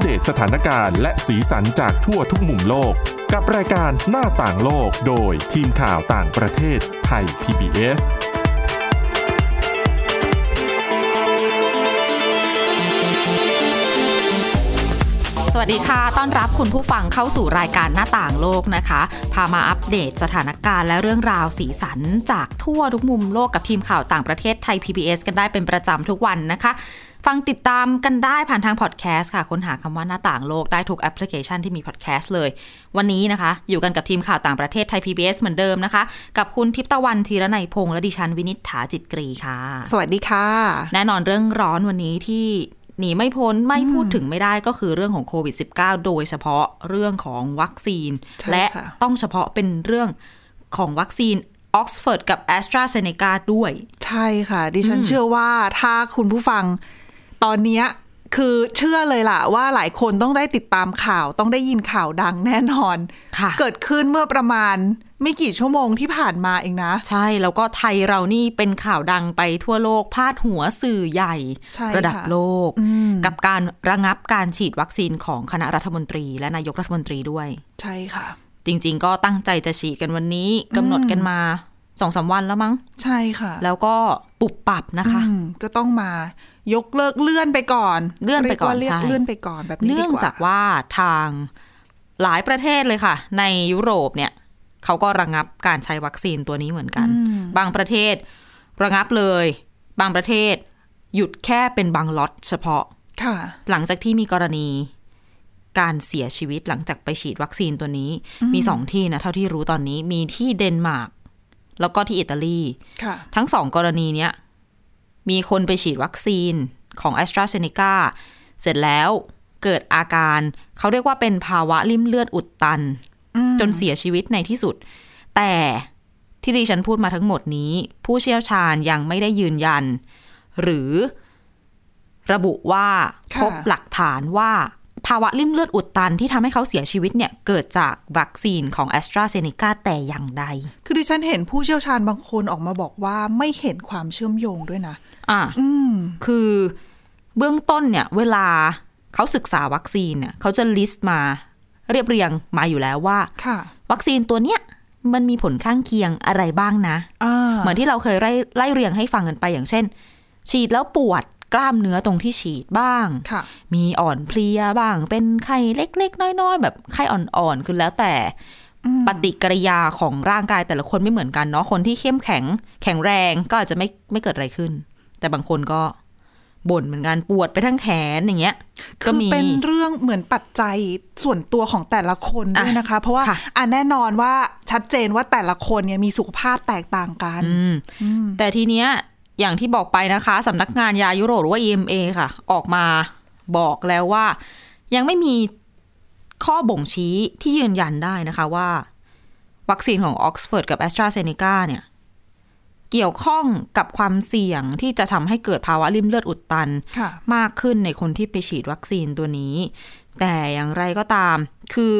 เดตสถานการณ์และสีสันจากทั่วทุกมุมโลก กับรายการหน้าต่างโลกโดยทีมข่าวต่างประเทศไทย PBS สวัสดีค่ะ ต้อนรับคุณผู้ฟังเข้าสู่รายการหน้าต่างโลกนะคะ พามาอัปเดตสถานการณ์และเรื่องราวสีสันจากทั่วทุกมุมโลกกับทีมข่าวต่างประเทศไทย PBS กันได้เป็นประจำทุกวันนะคะ ฟังติดตามกันได้ผ่านทางพอดแคสต์ค่ะ ค้นหาคำว่าหน้าต่างโลกได้ทุกแอปพลิเคชันที่มีพอดแคสต์เลย วันนี้นะคะ อยู่กันกับทีมข่าวต่างประเทศไทย PBS เหมือนเดิมนะคะ กับคุณทิพย์ตะวันธีรนัยพงษ์และดิฉันวินิษฐาจิตกรีค่ะ สวัสดีค่ะ แน่นอนเรื่องร้อนวันนี้ที่หนีไม่พ้นไม่พูดถึงไม่ได้ก็คือเรื่องของโควิด -19 โดยเฉพาะเรื่องของวัคซีน ใช่ และ ค่ะ ต้องเฉพาะเป็นเรื่องของวัคซีนออกซฟอร์ดกับแอสตราเซเนกาด้วย ใช่ค่ะ ดิฉันเชื่อว่าถ้าคุณผู้ฟังตอนเนี้ยคือเชื่อเลยล่ะ ว่าหลายคนต้องได้ติดตามข่าวต้องได้ยินข่าวดังแน่นอน ค่ะ เกิดขึ้นเมื่อประมาณไม่กี่ชั่วโมงที่ผ่านมาเองนะ ใช่แล้วก็ไทยเรานี่เป็นข่าวดังไปทั่วโลกพาดหัวสื่อใหญ่ ใช่ ระดับ ค่ะ โลก กับการระงับการฉีดวัคซีนของคณะรัฐมนตรี และนายกรัฐมนตรีด้วย ใช่ค่ะ จริง ๆ ก็ตั้งใจจะฉีดกันวันนี้กำหนดกันมาสองสามวันแล้วมั้ง ใช่ค่ะ แล้วก็ปุบปับนะคะ อืมก็ต้องมายกเลิกเลื่อนไปก่อน เลื่อนไปก่อน เรีย ใช่ ว่าเลื่เลื่อนไปก่อนแบบนี้ดี เนื่อง กว่า จากว่าทางหลายประเทศเลยค่ะ ในยุโรปเนี่ยเขาก็ระงงับการใช้วัคซีนตัวนี้เหมือนกัน บางประเทศระงับเลย บางประเทศหยุดแค่เป็นบางล็อตเฉพาะ ค่ะ หลังจากที่มีกรณีการเสียชีวิตหลังจากไปฉีดวัคซีนตัวนี้ มีสองที่นะเท่าที่รู้ตอนนี้มีที่เดนมาร์กแล้วก็ที่อิตาลี ค่ะ ทั้งสองกรณีเนี้ยมีคนไปฉีดวัคซีนของ a s t r a z เซ e c a เสร็จแล้วเกิดอาการเขาเรียกว่าเป็นภาวะลิ่มเลือดอุดตัน จนเสียชีวิตในที่สุด แต่ที่ดิฉันพูดมาทั้งหมดนี้ ผู้เชี่ยวชาญยังไม่ได้ยืนยัน หรือระบุว่า ค่ะ พบหลักฐานว่าภาวะลิ่มเลือดอุดตันที่ทำให้เขาเสียชีวิตเนี่ยเกิดจากวัคซีนของ a s t r a z เซ e c a แต่อย่างใด คือดิฉันเห็นผู้เชี่ยวชาญบางคนออกมาบอกว่าไม่เห็นความเชื่อมโยงด้วยนะ อ่ะคือเบื้องต้นเนี่ย เวลาเขาศึกษาวัคซีนเนี่ยเขาจะลิสต์มาเรียบเรียงมาอยู่แล้วว่า ค่ะ วัคซีนตัวเนี้ยมันมีผลข้างเคียงอะไรบ้างนะ อ่า เหมือนที่เราเคยไล่ไล่เรียงให้ฟังกันไปอย่างเช่น ฉีดแล้วปวดกล้ามเนื้อตรงที่ฉีดบ้าง ค่ะ มีอ่อนเพลียบ้าง เป็นไข้เล็ก ๆ น้อย ๆ แบบไข้อ่อนๆคือแล้วแต่ปฏิกิริยาของร่างกายแต่ละคนไม่เหมือนกันเนาะคนที่เข้มแข็ง แข็งแรงก็อาจจะไม่ไม่เกิดอะไรขึ้น แต่บางคนก็บ่นเหมือนกันปวดไปทั้งแขนอย่างเงี้ย คื ก็ อ มี เป็นเรื่องเหมือนปัจจัยส่วนตัวของแต่ละคน อ่ะ ด้วยนะคะ เพราะว่า ค่ะ อ่ะแน่นอนว่าชัดเจนว่าแต่ละคนเนี่ยมีสุขภาพแตกต่างกัน อืมแต่ทีเนี้ยอย่างที่บอกไปนะคะสำนักงานยายุโรปหรือว่า EMA ค่ะ ออกมาบอกแล้วว่า ยังไม่มีข้อบ่งชี้ที่ยืนยันได้นะคะว่า วัคซีนของออกซฟอร์ดกับแอสตราเซเนกาเนี่ย เกี่ยวข้องกับความเสี่ยงที่จะทำให้เกิดภาวะริ่มเลือดอุดตัน ค่ะ มากขึ้นในคนที่ไปฉีดวัคซีนตัวนี้ แต่อย่างไรก็ตาม คือ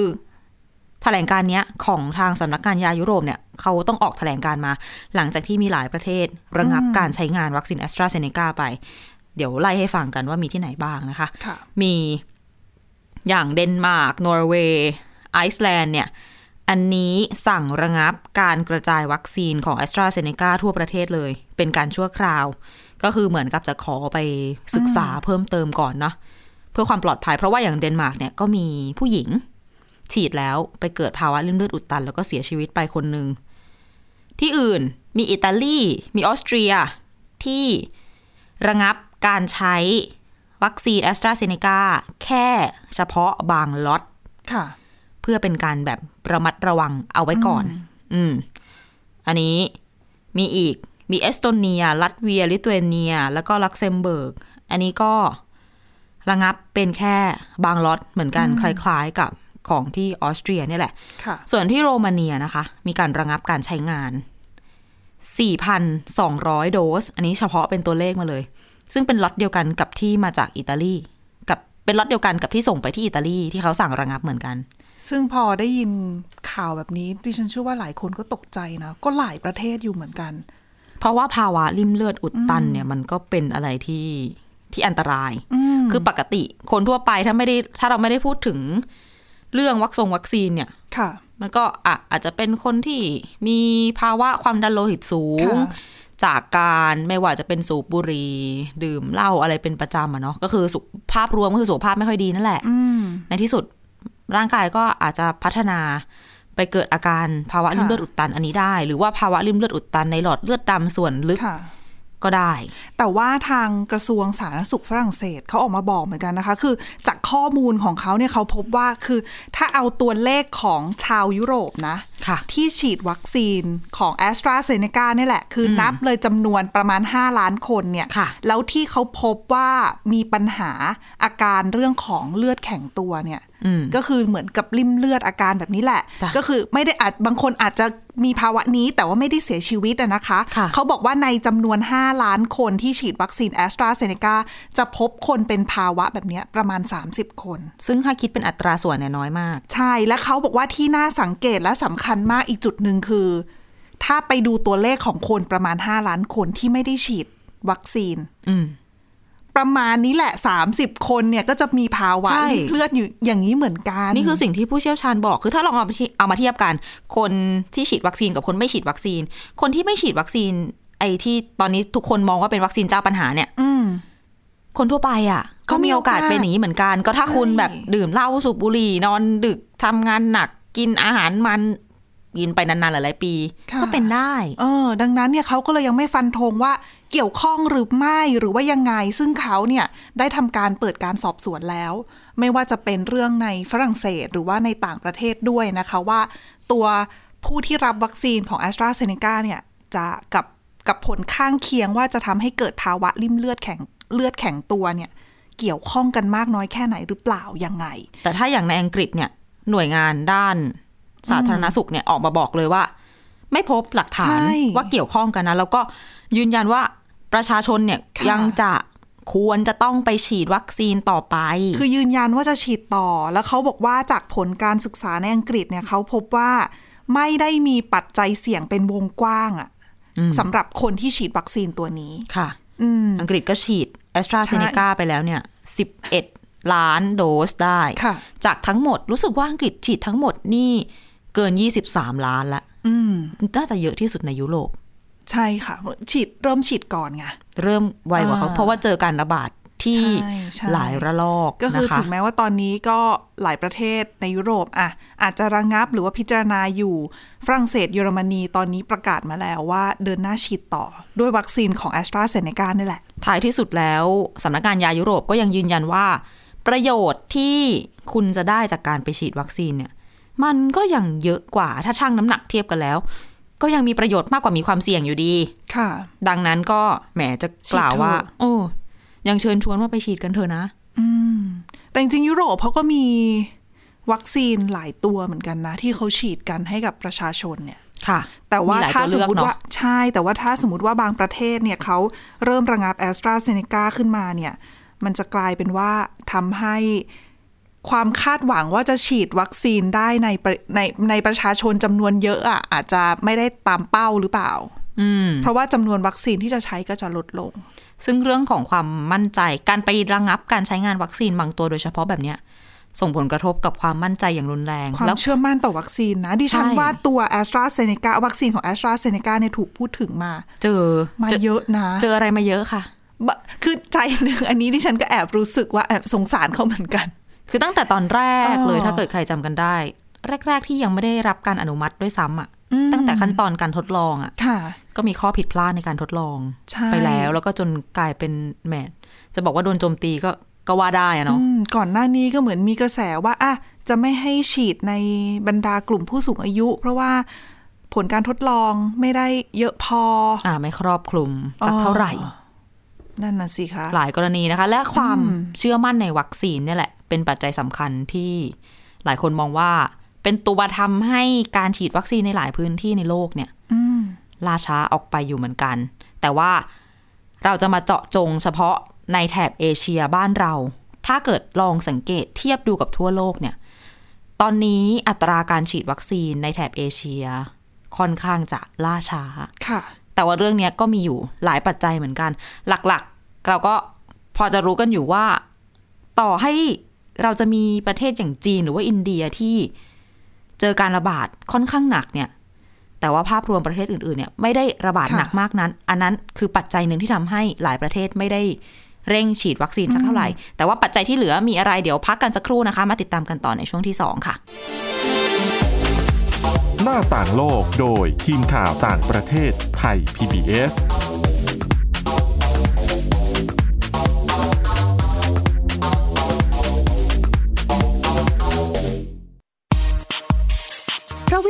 แถลงการเนี้ยของทางสำนักงานยายุโรปเนี่ยเขาต้องออกแถลงการมา หลังจากที่มีหลายประเทศ ระงับการใช้งานวัคซีนแอสตราเซเนกาไป เดี๋ยวไล่ให้ฟังกันว่ามีที่ไหนบ้างนะคะ ค่ะ มีอย่างเดนมาร์กนอร์เวย์ไอซ์แลนด์เนี่ย อันนี้สั่งระงับการกระจายวัคซีนของ a s t r a z เซ e c a ทั่วประเทศเลย เป็นการชั่วคราว ก็คือเหมือนกับจะขอไปศึกษาเพิ่มเติมก่อนเนาะเพื่อความปลอดภัยเพราะว่าอย่างเดนมาร์กเนี่ยก็มีผู้หญิง ฉีดแล้วไปเกิดภาวะริ่มเลือดอุดตัน แล้วก็เสียชีวิตไปคนหนึ่ง ที่อื่นมีอิตาลีมีออสเตรียที่ระงับการใช้วัคซีนแอสตราเซเนกาแค่เฉพาะบางล็อต ค่ะ เพื่อเป็นการแบบระมัดระวังเอาไว้ก่อน อืม อันนี้มีอีก มีเอสโตเนีย ลัตเวีย ลิทัวเนีย แล้วก็ลักเซมเบิร์ก อันนี้ก็ระงับเป็นแค่บางล็อตเหมือนกันคล้ายๆกับของที่ออสเตรียเนี่ยแหละ ค่ะ ส่วนที่โรมาเนียนะคะ มีการระงับการใช้งาน 4,200 โดส อันนี้เฉพาะเป็นตัวเลขมาเลย ซึ่งเป็นล็อตเดียวกันกับที่มาจากอิตาลี กับเป็นล็อตเดียวกันกับที่ส่งไปที่อิตาลีที่เขาสั่งระงับเหมือนกัน ซึ่งพอได้ยินข่าวแบบนี้ ดิฉันเชื่อว่าหลายคนก็ตกใจนะ ก็หลายประเทศอยู่เหมือนกัน เพราะว่าภาวะริ่มเลือดอุดตันเนี่ยมันก็เป็นอะไรที่ ที่อันตราย คือปกติคนทั่วไปถ้าไม่ได้ถ้าเราไม่ได้พูดถึงเรื่องวัคซงวัคซีนเนี่ย ค่ะ มันก็อ่ะอาจจะเป็นคนที่มีภาวะความดันโลหิตสูง ค่ะ จากการไม่ว่าจะเป็นสูบบุหรี่ดื่มเหล้าอะไรเป็นประจำอะเนาะก็คือสุขภาพรวมก็คือสุขภาพไม่ค่อยดีนั่นแหละ อืม ในที่สุดร่างกายก็อาจจะพัฒนาไปเกิดอาการภาวะ ค่ะ ริ่มเลือดอุดตันอันนี้ได้ หรือว่าภาวะริ่มเลือดอุดตันในหลอดเลือดดำส่วนลึก ค่ะ ก็ได้ แต่ว่าทางกระทรวงสาธารณสุขฝรั่งเศสเขาออกมาบอกเหมือนกันนะคะ คือจากข้อมูลของเขาเนี่ยเขาพบว่าคือถ้าเอาตัวเลขของชาวยุโรปนะ ค่ะ ที่ฉีดวัคซีนของ a s t r a z เซ e c a นี่แหละ คือนับเลยจำนวนประมาณ 5 ล้านคนเนี่ย ค่ะ แล้วที่เขาพบว่ามีปัญหาอาการเรื่องของเลือดแข็งตัวเนี่ย อืม ก็คือเหมือนกับริ่มเลือดอาการแบบนี้แหละ จ้ะ ก็คือไม่ได้อาจบางคนอาจจะมีภาวะนี้แต่ว่าไม่ได้เสียชีวิตอะนะคะ ค่ะ เขาบอกว่าในจำนวน 5 ล้านคนที่ฉีดวัคซีน a s t r a z เซ e c a จะพบคนเป็นภาวะแบบเนี้ยประมาณ 30 คน ซึ่งถ้าคิดเป็นอัตราส่วนเนี่ยน้อยมาก ใช่ และเขาบอกว่าที่น่าสังเกตและสำคัญมากอีกจุดหนึ่งคือ ถ้าไปดูตัวเลขของคนประมาณ 5 ล้านคนที่ไม่ได้ฉีดวัคซีน อืม ประมาณนี้แหละ 30 คนเนี่ยก็จะมีภาวะ ใช่ เลือดอยู่อย่างนี้เหมือนกัน นี่คือสิ่งที่ผู้เชี่ยวชาญบอก คือถ้าลองเอามาเทียเอามาเทียบกัน คนที่ฉีดวัคซีนกับคนไม่ฉีดวัคซีน คนที่ไม่ฉีดวัคซีน ไอ้ที่ตอนนี้ทุกคนมองว่าเป็นวัคซีนเจ้าปัญหาเนี่ย อืม คนทั่วไปอ่ะ ก็ ก็ มี มีโอโอากกา ส สเป็นอย่างนี้เหมือนกัน ก็ถ้า ใช่ คุณแบบดื่มเหล้าสูบบุหรี่นอนดึกทำงานหนักกินอาหารมันกินไปนานๆหลายๆปี ก็เป็นได้ เออ ดังนั้นเนี่ยเขาก็เลยยังไม่ฟันธงว่าเกี่ยวข้องหรือไม่หรือว่ายังไง ซึ่งเขาเนี่ยได้ทำการเปิดการสอบสวนแล้ว ไม่ว่าจะเป็นเรื่องในฝรั่งเศสหรือว่าในต่างประเทศด้วยนะคะว่า ตัวผู้ที่รับวัคซีนของ a s t r a z เซ e c a เนี่ยจะกับกับผลข้างเคียงว่าจะทำให้เกิดภาวะริ่มเลือดแข็งเลือดแข็งตัวเนี่ยเกี่ยวข้องกันมากน้อยแค่ไหนหรือเปล่ายังไง แต่ถ้าอย่างในอังกฤษเนี่ยหน่วยงานด้านสาธารณสุขเนี่ยออกมาบอกเลยว่า ไม่พบหลักฐาน ใช่ ว่าเกี่ยวข้องกันนะ แล้วก็ยืนยันว่าประชาชนเนี่ย ค่ะ ยังจะควรจะต้องไปฉีดวัคซีนต่อไป คือยืนยันว่าจะฉีดต่อ แล้วเขาบอกว่าจากผลการศึกษาในอังกฤษเนี่ยเขาพบว่าไม่ได้มีปัจจัยเสี่ยงเป็นวงกว้างอะสำหรับคนที่ฉีดวัคซีนตัวนี้ ค่ะ อืม อังกฤษก็ฉีดแอสตราเซเนกาไปแล้วเนี่ย 11 ล้านโดสได้ ค่ะ จากทั้งหมดรู้สึกว่าอังกฤษฉีดทั้งหมดนี่เกิน 23 ล้านละ อืม น่าจะเยอะที่สุดในยุโรป ใช่ค่ะ ฉีดเริ่มฉีดก่อนไง เริ่มไวกว่าเขา อ่า เพราะว่าเจอการระบาดที่ ใช่ใช่ หลายระลอก ก็คือ นะคะ ถึงแม้ว่าตอนนี้ก็หลายประเทศในยุโรปอ่ะอาจจะระงับหรือว่าพิจารณาอยู่ฝรั่งเศสเยอรมนีตอนนี้ประกาศมาแล้วว่าเดินหน้าฉีดต่อด้วยวัคซีนของแอสตราเซเนกานี่แหละ ท้ายที่สุดแล้วสำนักงานยายุโรปก็ยังยืนยันว่า ประโยชน์ที่คุณจะได้จากการไปฉีดวัคซีนเนี่ย มันก็ยังเยอะกว่าถ้าชั่งน้ำหนักเทียบกันแล้ว ก็ยังมีประโยชน์มากกว่ามีความเสี่ยงอยู่ดี ค่ะ ดังนั้นก็แหมจะกล่าวว่า ฉีดเถอะ โอ้ยังเชิญชวนว่าไปฉีดกันเถอะนะ อืมแต่จริงๆยุโรปเขาก็มีวัคซีนหลายตัวเหมือนกันนะ ที่เขาฉีดกันให้กับประชาชนเนี่ย ค่ะ แต่ว่า มีหลาย ถ้า ตัว ส เลื ม อก มติ เนอะ ว่าใช่ แต่ว่าถ้าสมมติว่าบางประเทศเนี่ยเขาเริ่มระงับแอสตราเซเนกาขึ้นมาเนี่ย มันจะกลายเป็นว่าทำให้ความคาดหวังว่าจะฉีดวัคซีนได้ในประในในประชาชนจำนวนเยอะอ่ะอาจจะไม่ได้ตามเป้าหรือเปล่า อืม เพราะว่าจำนวนวัคซีนที่จะใช้ก็จะลดลง ซึ่งเรื่องของความมั่นใจการไประงับการใช้งานวัคซีนบางตัวโดยเฉพาะแบบเนี้ย ส่งผลกระทบกับความมั่นใจอย่างรุนแรง ความ แล้ว เชื่อมั่นต่อวัคซีนนะ ดิฉัน ใช่ ว่าตัว a s t r a z เซ e c a วัคซีนของ a s t r a z เซ e c a เนี่ยถูกพูดถึงมา เจอ มา เจอ เยอะนะ เจออะไรมาเยอะค่ะ บะคือใจหนึ่ง อันนี้ดิฉันก็แอบรู้สึกว่าแอบสงสารเขาเหมือนกัน คือตั้งแต่ตอนแรก เออ เลยถ้าเกิดใครจำกันได้ แรก ๆ ที่ยังไม่ได้รับการอนุมัติด้วยซ้ำอ่ะตั้งแต่ขั้นตอนการทดลองอ่ะ ค่ะ ก็มีข้อผิดพลาดในการทดลอง ใช่ ไปแล้ว แล้วก็จนกลายเป็นแหมจะบอกว่าโดนโจมตีก็ก็ว่าได้อะเนาะ อืมก่อนหน้านี้ก็เหมือนมีกระแสว่าอ่ะจะไม่ให้ฉีดในบรรดากลุ่มผู้สูงอายุ เพราะว่าผลการทดลองไม่ได้เยอะพอ อ่าไม่ครอบคลุมสักเท่าไหร่ อ๋อ นั่นน่ะสิคะ หลายกรณีนะคะ และความเชื่อมั่นในวัคซีนเนี่ยแหละ เป็นปัจจัยสำคัญที่หลายคนมองว่า เป็นตัวทำให้การฉีดวัคซีนในหลายพื้นที่ในโลกเนี่ย อืม ล่าช้าออกไปอยู่เหมือนกัน แต่ว่าเราจะมาเจาะจงเฉพาะในแถบเอเชียบ้านเรา ถ้าเกิดลองสังเกตเทียบดูกับทั่วโลกเนี่ย ตอนนี้อัตราการฉีดวัคซีนในแถบเอเชีย ค่อนข้างจะล่าช้า ค่ะ แต่ว่าเรื่องเนี้ยก็มีอยู่หลายปัจจัยเหมือนกัน หลักๆ เราก็ พอจะรู้กันอยู่ว่าต่อให้เราจะมีประเทศอย่างจีนหรือว่าอินเดียที่เจอการระบาดค่อนข้างหนักเนี่ย แต่ว่าภาพรวมประเทศอื่นๆเนี่ยไม่ได้ระบาด ค่ะ หนักมากนั้น อันนั้นคือปัจจัยหนึ่งที่ทำให้หลายประเทศไม่ได้เร่งฉีดวัคซีนสักเท่าไหร่ แต่ว่าปัจจัยที่เหลือมีอะไรเดี๋ยวพักกันสักครู่นะคะ มาติดตามกันต่อในช่วงที่สองค่ะ หน้าต่างโลกโดยทีมข่าวต่างประเทศไทย PBS เพราะว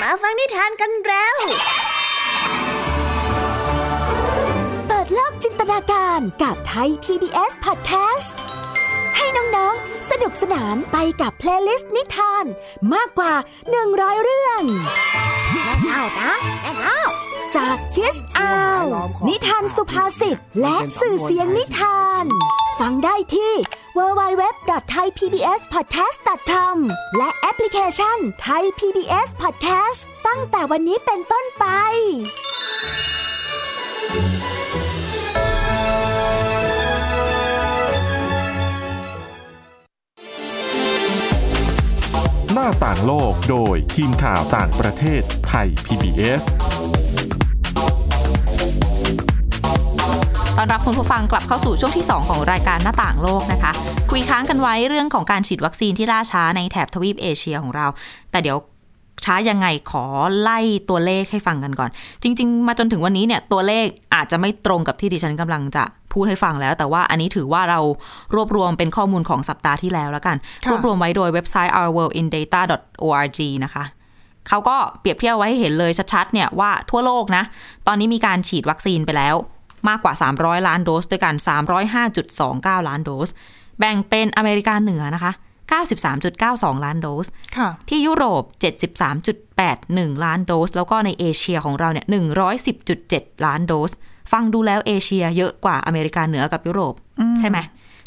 มาฟังนิทานกันแล้ว เปิดโลกจินตนาการกับไทย PBS Podcast ให้น้องๆ สนุกสนานไปกับเพลย์ลิสต์นิทาน มากกว่า 100 เรื่อง เอานะแอนเอา จากคิสอาวนิทานสุภาษิตและสื่อเสียงนิทาน ฟังได้ที่ www.thaipbspodcast.com และแอปพลิเคชัน Thai PBS Podcast ตั้งแต่วันนี้เป็นต้นไป หน้าต่างโลกโดยทีมข่าวต่างประเทศไทย PBS ตอนรับคุณผู้ฟังกลับเข้าสู่ช่วงที่ 2 ของรายการหน้าต่างโลกนะคะ คุยค้างกันไว้เรื่องของการฉีดวัคซีนที่ล่าช้าในแถบทวีปเอเชียของเรา แต่เดี๋ยวช้ายังไงขอไล่ตัวเลขให้ฟังกันก่อน จริง ๆ มาจนถึงวันนี้เนี่ยตัวเลขอาจจะไม่ตรงกับที่ดิฉันกำลังจะพูดให้ฟังแล้ว แต่ว่าอันนี้ถือว่าเรารวบรวมเป็นข้อมูลของสัปดาห์ที่แล้วแล้วกัน ค่ะ รวบรวมไว้โดยเว็บไซต์ ourworldindata.org นะคะ เขาก็เปรียบเทียบไว้ให้เห็นเลยชัดๆเนี่ยว่าทั่วโลกนะ ตอนนี้มีการฉีดวัคซีนไปแล้ว มากกว่า 300 ล้านโดส ด้วยกัน 305.29 ล้านโดส แบ่งเป็นอเมริกาเหนือนะคะ 93.92 ล้านโดส ค่ะ ที่ยุโรป 73.81 ล้านโดส แล้วก็ในเอเชียของเราเนี่ย 110.7 ล้านโดส ฟังดูแล้วเอเชียเยอะกว่าอเมริกาเหนือกับยุโรป ใช่ไหม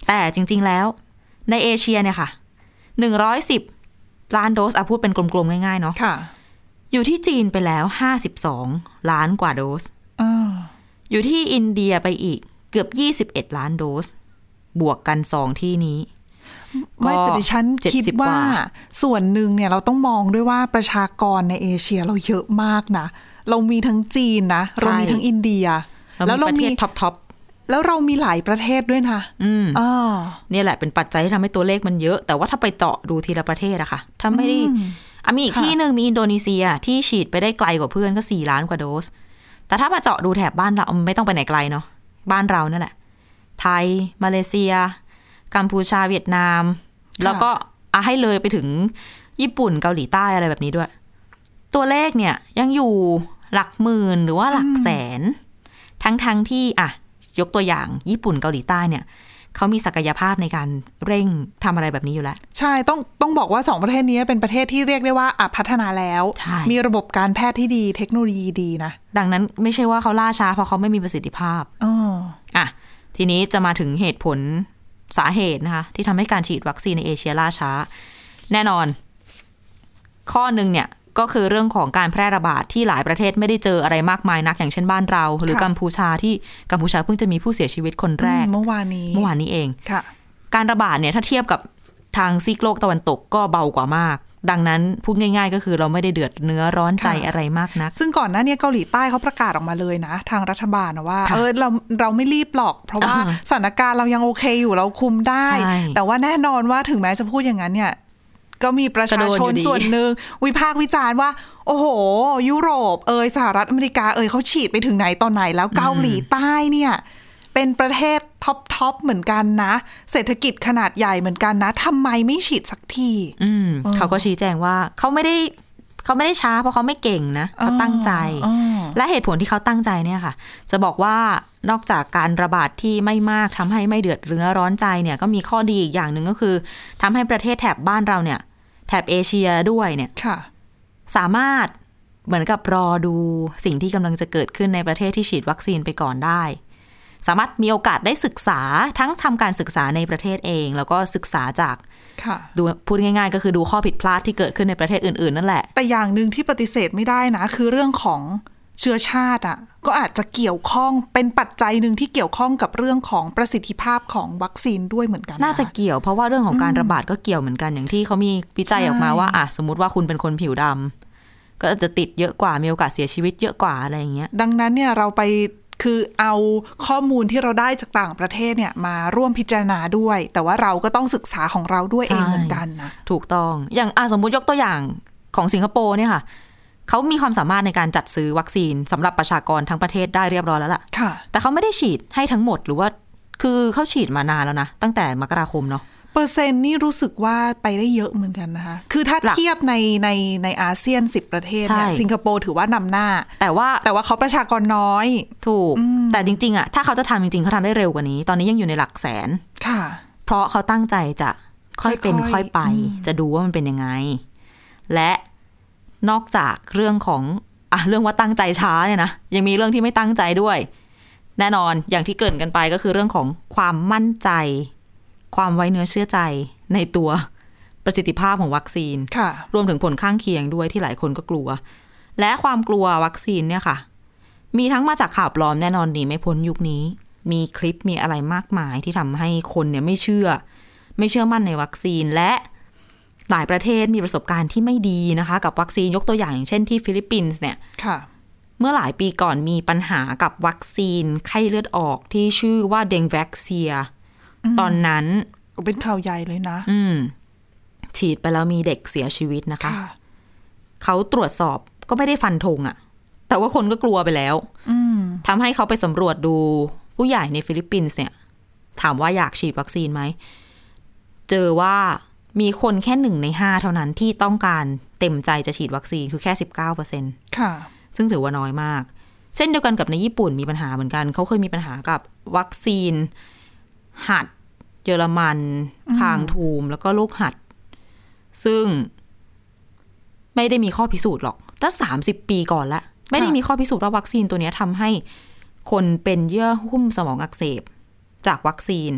แต่จริง ๆ แล้วในเอเชียเนี่ยค่ะ 110 ล้านโดสอ่ะพูดเป็นกลม ๆ ง่าย ๆ เนาะ ค่ะ อยู่ที่จีนไปแล้ว 52 ล้านกว่าโดส อ่า อยู่ที่อินเดียไปอีกเกือบ 21 ล้านโดส บวกกันสองที่นี้ ไม่แต่ดิฉัน ก็ คิด 70กว่า ว่า ส่วนหนึ่งเนี่ยเราต้องมองด้วยว่าประชากรในเอเชียเราเยอะมากนะ เรามีทั้งจีนนะ เรามีทั้งอินเดีย แล้วมีประเทศท็อปทอป แล้วเรามีหลายประเทศด้วยนะอ่า เนี่ยแหละเป็นปัจจัยที่ทำให้ตัวเลขมันเยอะ แต่ว่าถ้าไปเจาะดูทีละประเทศอะค่ะ ถ้าไม่ได้อ่ะมีอีกที่หนึ่งมีอินโดนีเซียที่ฉีดไปได้ไกลกว่าเพื่อนก็ 4 ล้านกว่าโดส แต่ถ้ามาเจาะดูแถบบ้านเราไม่ต้องไปไหนไกลเนาะบ้านเรานั่นแหละ ไทย มาเลเซีย กัมพูชาเวียดนาม แล้วก็อ่ะให้เลยไปถึงญี่ปุ่นเกาหลีใต้อะไรแบบนี้ด้วย ตัวเลขเนี่ยยังอยู่หลักหมื่นหรือว่าหลักแสน ทั้งทั้งๆที่อ่ะยกตัวอย่างญี่ปุ่นเกาหลีใต้เนี่ยเขามีศักยภาพในการเร่งทำอะไรแบบนี้อยู่แล้ว ใช่ต้องต้องบอกว่าสองประเทศนี้เป็นประเทศที่เรียกได้ว่าอ่ะพัฒนาแล้ว ใช่ มีระบบการแพทย์ที่ดีเทคโนโลยีดีนะ ดังนั้นไม่ใช่ว่าเขาล่าช้าเพราะเขาไม่มีประสิทธิภาพ อ๋อ อ่ะ ทีนี้จะมาถึงเหตุผลสาเหตุนะคะ ที่ทำให้การฉีดวัคซีนในเอเชียล่าช้า แน่นอน ข้อหนึ่งเนี่ยก็คือเรื่องของการแพร่ระบาดที่หลายประเทศไม่ได้เจออะไรมากมายนัก อย่างเช่นบ้านเรา หรือ ค่ะ กัมพูชาที่กัมพูชาเพิ่งจะมีผู้เสียชีวิตคนแรก อืมเมื่อวานนี้ เมื่อวานนี้เอง ค่ะ การระบาดเนี่ยถ้าเทียบกับทางซีกโลกตะวันตกก็เบากว่ามาก ดังนั้นพูดง่ายๆ ก็คือเราไม่ได้เดือดเนื้อร้อนใจ ค่ะ อะไรมากนัก ซึ่งก่อนหน้าเนี้ยเกาหลีใต้เขาประกาศออกมาเลยนะ ทางรัฐบาลนะว่า ค่ะ เออเราเราไม่รีบหรอก เพราะว่า อ่า สถานการณ์เรายังโอเคอยู่เราคุมได้ ใช่ แต่ว่าแน่นอนว่าถึงแม้จะพูดอย่างนั้นเนี่ย ก็มีประ ก็ ชา โดน ช อยู่ น ดี ส่วนหนึ่งวิพากษ์วิจารณ์ว่า โอ้โห ยุโรป เอยสหรัฐอเมริกาเอยเขาฉีดไปถึงไหนตอนไหนแล้วเกาหลีใต้เนี่ย เป็นประเทศท็อปทอปเหมือนกันนะ เศรษฐกิจขนาดใหญ่เหมือนกันนะทำไมไม่ฉีดสักที อืมเขาก็ชี้แจงว่าเขาไม่ได้ เขาไม่ได้ช้าเพราะเขาไม่เก่งนะเขาตั้งใจ อ๋อ และเหตุผลที่เขาตั้งใจเนี่ยค่ะ จะบอกว่านอกจากการระบาดที่ไม่มากทำให้ไม่เดือดเรื้อร้อนใจเนี่ยก็มีข้อดีอีกอย่างหนึ่งก็คือทำให้ประเทศแถบบ้านเราเนี่ย แถบเอเชียด้วยเนี่ย ค่ะ สามารถเหมือนกับรอดูสิ่งที่กำลังจะเกิดขึ้นในประเทศที่ฉีดวัคซีนไปก่อนได้ สามารถมีโอกาสได้ศึกษาทั้งทำการศึกษาในประเทศเอง แล้วก็ศึกษาจาก ค่ะ ดูพูดง่ายๆ ก็คือดูข้อผิดพลาดที่เกิดขึ้นในประเทศอื่นๆ นั่นแหละ แต่อย่างหนึ่งที่ปฏิเสธไม่ได้นะ คือเรื่องของเชื้อชาติอ่ะก็อาจจะเกี่ยวข้องเป็นปัจจัยหนึ่งที่เกี่ยวข้องกับเรื่องของประสิทธิภาพของวัคซีนด้วยเหมือนกัน น่าจะเกี่ยวเพราะว่าเรื่องของการระบาดก็เกี่ยวเหมือนกันอย่างที่เขามีวิจัยออกมาว่าอ่ะสมมติว่าคุณเป็นคนผิวดำก็อาจจะติดเยอะกว่ามีโอกาสเสียชีวิตเยอะกว่าอะไรอย่างเงี้ย ดังนั้นเนี่ยเราไปคือเอาข้อมูลที่เราได้จากต่างประเทศเนี่ยมาร่วมพิจารณาด้วย แต่ว่าเราก็ต้องศึกษาของเราด้วย ใช่ เองเหมือนกันนะ ถูกต้อง อย่างอะสมมุติยกตัวอย่างของสิงคโปร์เนี่ยค่ะ เขามีความสามารถในการจัดซื้อวัคซีนสำหรับประชากรทั้งประเทศได้เรียบร้อยแล้วล่ะ ค่ะ แต่เขาไม่ได้ฉีดให้ทั้งหมดหรือว่า คือเขาฉีดมานานแล้วนะ ตั้งแต่มกราคมเนาะ เปอร์เซ็นต์นี่รู้สึกว่าไปได้เยอะเหมือนกันนะคะ คือถ้า หลัก เทียบในในในอาเซียน 10 ประเทศเนี่ย ใช่ สิงคโปร์ถือว่านำหน้า แต่ว่า แต่ว่าเขาประชากรน้อย ถูก แต่จริง ๆอะถ้าเขาจะทำจริงๆเขาทำได้เร็วกว่านี้ ตอนนี้ยังอยู่ในหลักแสน ค่ะ เพราะเขาตั้งใจจะค่อยเป็น ค่อยๆ ค่อยไป จะดูว่ามันเป็นยังไง และนอกจากเรื่องของอ่ะเรื่องว่าตั้งใจช้าเนี่ยนะยังมีเรื่องที่ไม่ตั้งใจด้วย แน่นอนอย่างที่เกริ่นกันไปก็คือเรื่องของความมั่นใจ ความไว้เนื้อเชื่อใจในตัวประสิทธิภาพของวัคซีน ค่ะ รวมถึงผลข้างเคียงด้วยที่หลายคนก็กลัว และความกลัววัคซีนเนี่ยค่ะ มีทั้งมาจากข่าวปลอมแน่นอนหนีไม่พ้นยุคนี้ มีคลิปมีอะไรมากมายที่ทำให้คนเนี่ยไม่เชื่อ ไม่เชื่อมั่นในวัคซีนและหลายประเทศมีประสบการณ์ที่ไม่ดีนะคะ กับวัคซีนยกตัวอย่างอย่างเช่นที่ฟิลิปปินส์เนี่ย ค่ะ เมื่อหลายปีก่อนมีปัญหากับวัคซีนไข้เลือดออกที่ชื่อว่าเดงแว็กเซีย ตอนนั้น เป็นข่าวใหญ่เลยนะ อืม ฉีดไปแล้วมีเด็กเสียชีวิตนะคะ เขาตรวจสอบก็ไม่ได้ฟันธงอะแต่ว่าคนก็กลัวไปแล้ว อืม ทำให้เขาไปสำรวจดูผู้ใหญ่ในฟิลิปปินส์เนี่ย ถามว่าอยากฉีดวัคซีนไหม เจอว่ามีคนแค่หนึ่งในห้าเท่านั้นที่ต้องการเต็มใจจะฉีดวัคซีนคือแค่สิบเก้าเปอร์เซ็นต ค่ะ ซึ่งถือว่าน้อยมาก เช่นเดียวกันกับในญี่ปุ่นมีปัญหาเหมือนกัน เขาเคยมีปัญหากับวัคซีน หัดเยอรมันคางทูม แล้วก็ลูกหัด ซึ่งไม่ได้มีข้อพิสูจน์หรอกตั้งสามสิบปีก่อนละไม่ได้มีข้อพิสูจน์ว่าวัคซีนตัวเนี้ยทำให้คนเป็นเยื่อหุ้มสมองอักเสบจากวัคซีน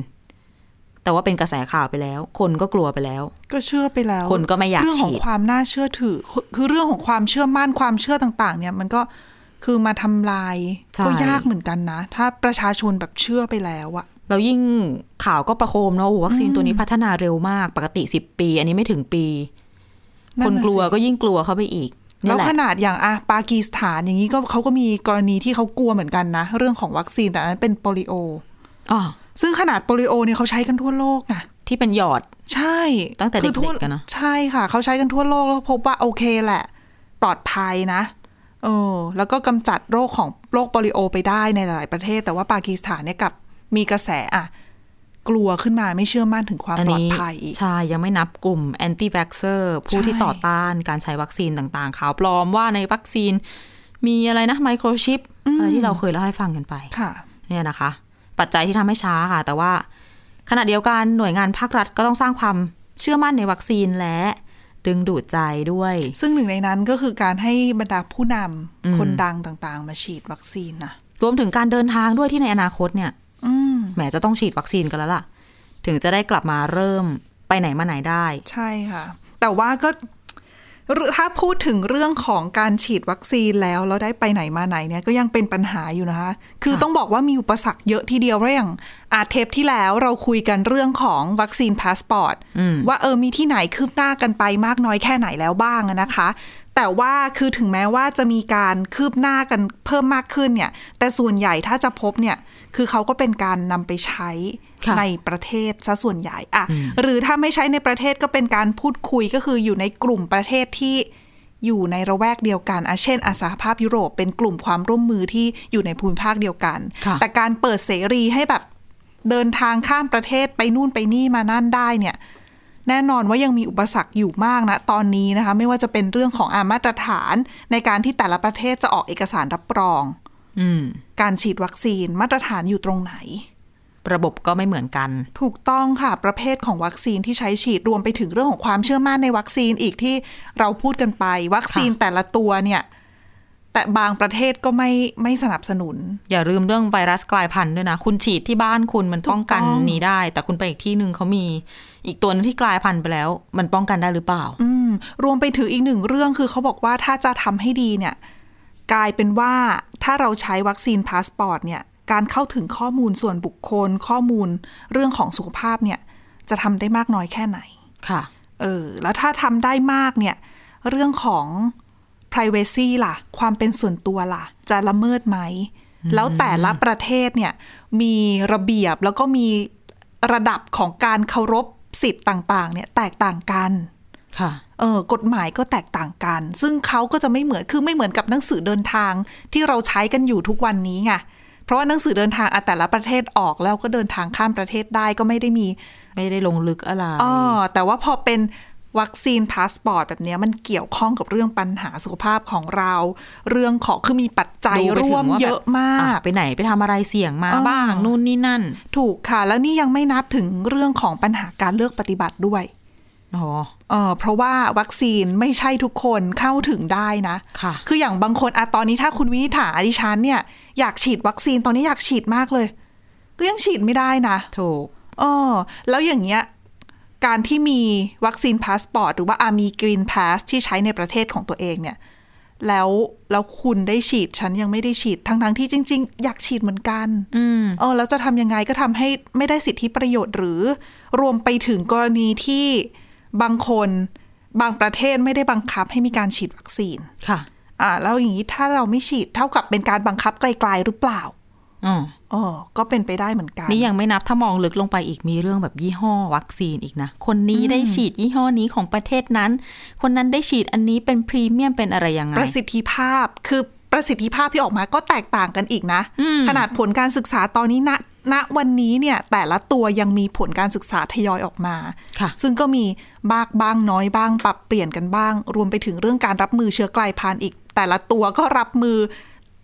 แต่ว่าเป็นกระแสข่าวไปแล้ว คนก็กลัวไปแล้ว ก็เชื่อไปแล้ว คนก็ไม่อยาก เรื่องของ ฉีด ความน่าเชื่อถือคือคือเรื่องของความเชื่อมั่นความเชื่อต่าง ๆ เนี่ย มันก็คือมาทำลาย ใช่ ก็ยากเหมือนกันนะ ถ้าประชาชนแบบเชื่อไปแล้วอะ แล้วยิ่งข่าวก็ประโคมเนอะโอ้โหวัคซีนตัวนี้พัฒนาเร็วมาก ปกติสิบปี อันนี้ไม่ถึงปี ะ คนกลัว สิ ก็ยิ่งกลัวเข้าไปอีกนี่ แล้ว แหละ ขนาดอย่างอะปากีสถานอย่างนี้ก็เขาก็มีกรณีที่เขากลัวเหมือนกันนะ เรื่องของวัคซีนแต่อันนั้นเป็นโปลิโอ อ๋อ ซึ่งขนาดโปลิโอเนี่ยเขาใช้กันทั่วโลกนะ ที่เป็นหยอด ใช่ ตั้งแต่ คือทั่ว เด็กๆอะเนอะ ใช่ค่ะ เขาใช้กันทั่วโลกแล้วพบว่าโอเคแหละ ปลอดภัยนะเออแล้วก็กำจัดโรคของโรคโปลิโอไปได้ในหลายๆประเทศ แต่ว่าปากีสถานเนี่ยกลับมีกระแสอะกลัวขึ้นมาไม่เชื่อมั่นถึงความ อัน ปลอด นี้ ภัยอีก ใช่ยังไม่นับกลุ่มแอนตี้วัคเซอร์ผู้ ใช่ ที่ต่อต้านการใช้วัคซีนต่างๆข่าวปลอมว่าในวัคซีน มีอะไรนะไมโครชิปอะไรที่เราเคยเล่าให้ฟังกันไป ค่ะ เนี่ยนะคะ ปัจจัยที่ทำให้ช้าค่ะ แต่ว่าขณะเดียวกันหน่วยงานภาครัฐก็ต้องสร้างความเชื่อมั่นในวัคซีนและดึงดูดใจด้วย ซึ่งหนึ่งในนั้นก็คือการให้บรรดาผู้นำคนดังต่างๆ มาฉีดวัคซีนนะ รวมถึงการเดินทางด้วยที่ในอนาคตเนี่ย อืม แหมจะต้องฉีดวัคซีนกันแล้วล่ะ ถึงจะได้กลับมาเริ่มไปไหนมาไหนได้ ใช่ค่ะ แต่ว่าก็ถ้าพูดถึงเรื่องของการฉีดวัคซีนแล้วแล้วได้ไปไหนมาไหนเนี่ยก็ยังเป็นปัญหาอยู่นะคะ คือต้องบอกว่ามีอุปสรรคเยอะทีเดียวเพราะอย่างอาเทปที่แล้วเราคุยกันเรื่องของวัคซีนพาสปอร์ตว่าเออมีที่ไหนคืบหน้ากันไปมากน้อยแค่ไหนแล้วบ้างอะนะคะ แต่ว่าคือถึงแม้ว่าจะมีการคืบหน้ากันเพิ่มมากขึ้นเนี่ย แต่ส่วนใหญ่ถ้าจะพบเนี่ย คือเขาก็เป็นการนำไปใช้ ค่ะ ในประเทศซะส่วนใหญ่อะหรือถ้าไม่ใช้ในประเทศก็เป็นการพูดคุยก็คืออยู่ในกลุ่มประเทศที่ อยู่ในระแวกเดียวกันอาเช่นอาสาภาพยุโรปเป็นกลุ่มความร่วมมือที่อยู่ในภูมิภาคเดียวกัน ค่ะ แต่การเปิดเสรีให้แบบเดินทางข้ามประเทศไปนู่นไปนี่มานั่นได้เนี่ย แน่นอนว่ายังมีอุปสรรคอยู่มากนะตอนนี้นะคะ ไม่ว่าจะเป็นเรื่องของอามาตรฐาน ในการที่แต่ละประเทศจะออกเอกสารรับรอง อืม การฉีดวัคซีนมาตรฐานอยู่ตรงไหน ระบบก็ไม่เหมือนกัน ถูกต้องค่ะ ประเภทของวัคซีนที่ใช้ฉีดรวมไปถึงเรื่องของความเชื่อมั่นในวัคซีนอีกที่เราพูดกันไป วัคซีนแต่ละตัวเนี่ย แต่บางประเทศก็ไม่ไม่สนับสนุน อย่าลืมเรื่องไวรัสกลายพันธุ์ด้วยนะ คุณฉีดที่บ้านคุณมันป้องกัน ถูกต้อง นี้ได้ แต่คุณไปอีกที่หนึ่งเขามี อีกตัวหนึงที่กลายพันธุ์ไปแล้ว มันป้องกันได้หรือเปล่า อืมรวมไปถึงอีกหนึ่งเรื่องคือเขาบอกว่าถ้าจะทำให้ดีเนี่ย กลายเป็นว่าถ้าเราใช้วัคซีนพาสปอร์ตเนี่ย การเข้าถึงข้อมูลส่วนบุคคล ข้อมูลเรื่องของสุขภาพเนี่ย จะทำได้มากน้อยแค่ไหน ค่ะ เออแล้วถ้าทำได้มากเนี่ย เรื่องของ p r i เวซีล่ะ ความเป็นส่วนตัวล่ะ จะละเมิดไหม แล้วแต่ละประเทศเนี่ย มีระเบียบแล้วก็มีระดับของการเคารพสิทธิ์ต่างๆ เนี่ยแตกต่างกัน ค่ะ เออกฎหมายก็แตกต่างกัน ซึ่งเขาก็จะไม่เหมือนคือไม่เหมือนกับหนังสือเดินทางที่เราใช้กันอยู่ทุกวันนี้ไงเพราะว่าหนังสือเดินทางอะแต่ละประเทศออกแล้วก็เดินทางข้ามประเทศได้ก็ไม่ได้มี ไม่ได้ลงลึกอะไร อ๋อแต่ว่าพอเป็นวัคซีนพาสปอร์ตแบบเนี้ยมันเกี่ยวข้องกับเรื่องปัญหาสุขภาพของเรา เรื่องของคือมีปัจจัย ดูไปถึง ร่วม ว่าแบบ เยอะมาก อ่ะไปไหนไปทำอะไรเสี่ยงมา อ๋อ บ้าง นู่นนี่นั่น ถูกค่ะ แล้วนี่ยังไม่นับถึงเรื่องของปัญหาการเลือกปฏิบัติด้วย อ๋อ เออเพราะว่าวัคซีนไม่ใช่ทุกคนเข้าถึงได้นะ ค่ะ คืออย่างบางคนอะตอนนี้ถ้าคุณวินิษฐาดิฉันเนี่ยอยากฉีดวัคซีนตอนนี้อยากฉีดมากเลย ก็ยังฉีดไม่ได้นะ ถูก เออแล้วอย่างเงี้ยการที่มีวัคซีนพาสปอร์ตหรือว่าอามีกรีนพาสที่ใช้ในประเทศของตัวเองเนี่ย แล้วแล้วคุณได้ฉีดฉันยังไม่ได้ฉีดทั้งทั้งๆที่จริง ๆ อยากฉีดเหมือนกัน อืม เออแล้วจะทำยังไงก็ทำให้ไม่ได้สิทธิประโยชน์หรือ รวมไปถึงกรณีที่บางคนบางประเทศไม่ได้บังคับให้มีการฉีดวัคซีน ค่ะ อ่าแล้วอย่างนี้ถ้าเราไม่ฉีดเท่ากับเป็นการบังคับไกลๆหรือเปล่า อืม อ๋อก็เป็นไปได้เหมือนกัน นี่ยังไม่นับถ้ามองลึกลงไปอีกมีเรื่องแบบยี่ห้อวัคซีนอีกนะ คนนี้ได้ฉีดยี่ห้อนี้ของประเทศนั้น คนนั้นได้ฉีดอันนี้เป็นพรีเมียมเป็นอะไรยังไง ประสิทธิภาพคือประสิทธิภาพที่ออกมาก็แตกต่างกันอีกนะ ขนาดผลการศึกษาตอนนี้ณณวันนี้เนี่ยแต่ละตัวยังมีผลการศึกษาทยอยออกมา ค่ะ ซึ่งก็มีบากบ้างน้อยบ้าง ปรับเปลี่ยนกันบ้าง รวมไปถึงเรื่องการรับมือเชื้อกลายพันธุ์อีก แต่ละตัวก็รับมือ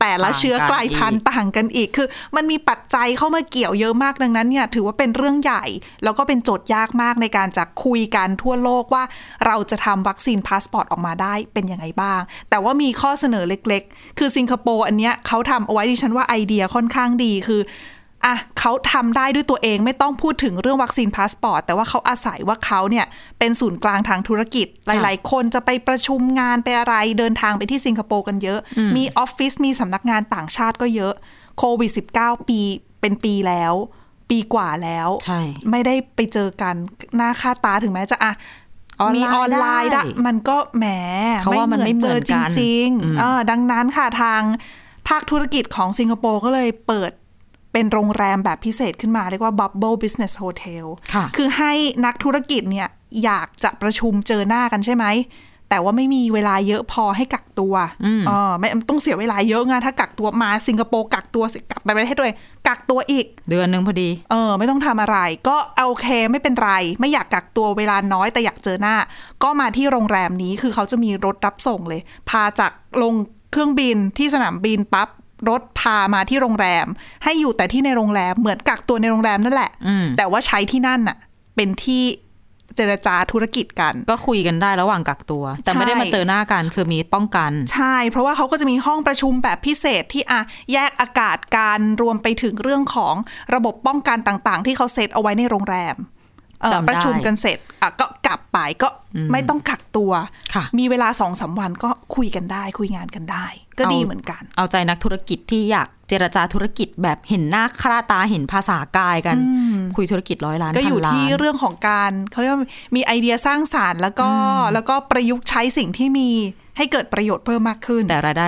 แต่ละเชื้อกลายพันธุ์ต่างกันอีกคือ มันมีปัจจัยเข้ามาเกี่ยวเยอะมากดังนั้นเนี่ยถือว่าเป็นเรื่องใหญ่ แล้วก็เป็นโจทย์ยากมากในการจะคุยกันทั่วโลกว่า เราจะทำวัคซีนพาสปอร์ตออกมาได้เป็นยังไงบ้าง แต่ว่ามีข้อเสนอเล็กๆ คือสิงคโปร์อันเนี้ยเขาทำเอาไว้ดิฉันว่าไอเดียค่อนข้างดีคืออ่ะเขาทำได้ด้วยตัวเองไม่ต้องพูดถึงเรื่องวัคซีนพาสปอร์ตแต่ว่าเขาอาศัยว่าเขาเนี่ยเป็นศูนย์กลางทางธุรกิจ หลาย ๆ คนจะไปประชุมงานไปอะไรเดินทางไปที่สิงคโปร์กันเยอะ มีออฟฟิศมีสำนักงานต่างชาติก็เยอะโควิด -19 ปีเป็นปีแล้ว ปีกว่าแล้ว ใช่ ไม่ได้ไปเจอกันหน้าค่าตาถึงแม้จะอะ ออนไลน์ มีออนไลน์ ได้ ได้มันก็แหม เขาว่ามันไม่เหมือน จ กัน ริง อืม ๆเออดังนั้นค่ะทางภาคธุรกิจของสิงคโปร์ก็เลยเปิดเป็นโรงแรมแบบพิเศษขึ้นมา เรียกว่า Bubble Business Hotel ค่ะ คือให้นักธุรกิจเนี่ยอยากจะประชุมเจอหน้ากันใช่ไหม แต่ว่าไม่มีเวลาเยอะพอให้กักตัวเออไม่ต้องเสียเวลาเยอะไงถ้ากักตัวมาสิงคโปร์กักตัวเสร็จกลับไปประเทศตัวเองกักตัวอีก เดือนหนึ่งพอดี เออไม่ต้องทำอะไร ก็เอาโอเคไม่เป็นไร ไม่อยากกักตัวเวลาน้อยแต่อยากเจอหน้า ก็มาที่โรงแรมนี้คือเขาจะมีรถรับส่งเลย พาจากลงเครื่องบินที่สนามบินปั๊บรถพามาที่โรงแรม ให้อยู่แต่ที่ในโรงแรมเหมือนกักตัวในโรงแรมนั่นแหละ อืม แต่ว่าใช้ที่นั่นน่ะ เป็นที่เจรจาธุรกิจกัน ก็คุยกันได้ระหว่างกักตัว แต่ไม่ได้มา ใช่ เจอหน้ากันคือมีป้องกัน ใช่ เพราะว่าเขาก็จะมีห้องประชุมแบบพิเศษที่อะแยกอากาศการรวมไปถึงเรื่องของระบบป้องกันต่างๆ ที่เขาเซตเอาไว้ในโรงแรมเอ่อ จำได้ ประชุมกันเสร็จอ่ะก็กลับไปก็ไม่ต้องกักตัว ค่ะ มีเวลาสองสามวันก็คุยกันได้ คุยงานกันได้ ก็ดีเหมือนกัน เอาใจนักธุรกิจที่อยากเจรจาธุรกิจแบบเห็นหน้าค่าตาเห็นภาษากายกัน คุยธุรกิจร้อยล้าน ก็อยู่ พันล้าน ที่เรื่องของการเขาเรียกว่ามีไอเดียสร้างสารรค์ แล้วก็แล้วก็ประยุกต์ใช้สิ่งที่มีให้เกิดประโยชน์เพิ่มมากขึ้น แต่รายได้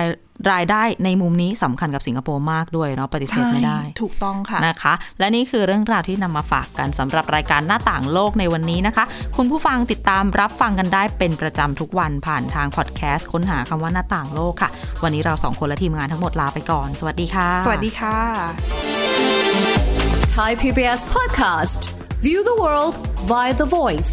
รายได้ในมุมนี้สำคัญกับสิงคโปร์มากด้วยเนาะปฏิเสธไม่ได้ ใช่ถูกต้องค่ะ นะคะและนี่คือเรื่องราวที่นำมาฝากกันสำหรับรายการหน้าต่างโลกในวันนี้นะคะ คุณผู้ฟังติดตามรับฟังกันได้เป็นประจำทุกวันผ่านทางพอดแคสต์ค้นหาคำว่าหน้าต่างโลกค่ะ วันนี้เราสองคนและทีมงานทั้งหมดลาไปก่อน สวัสดีค่ะ สวัสดีค่ะ Thai PBS podcast. View the world via The Voice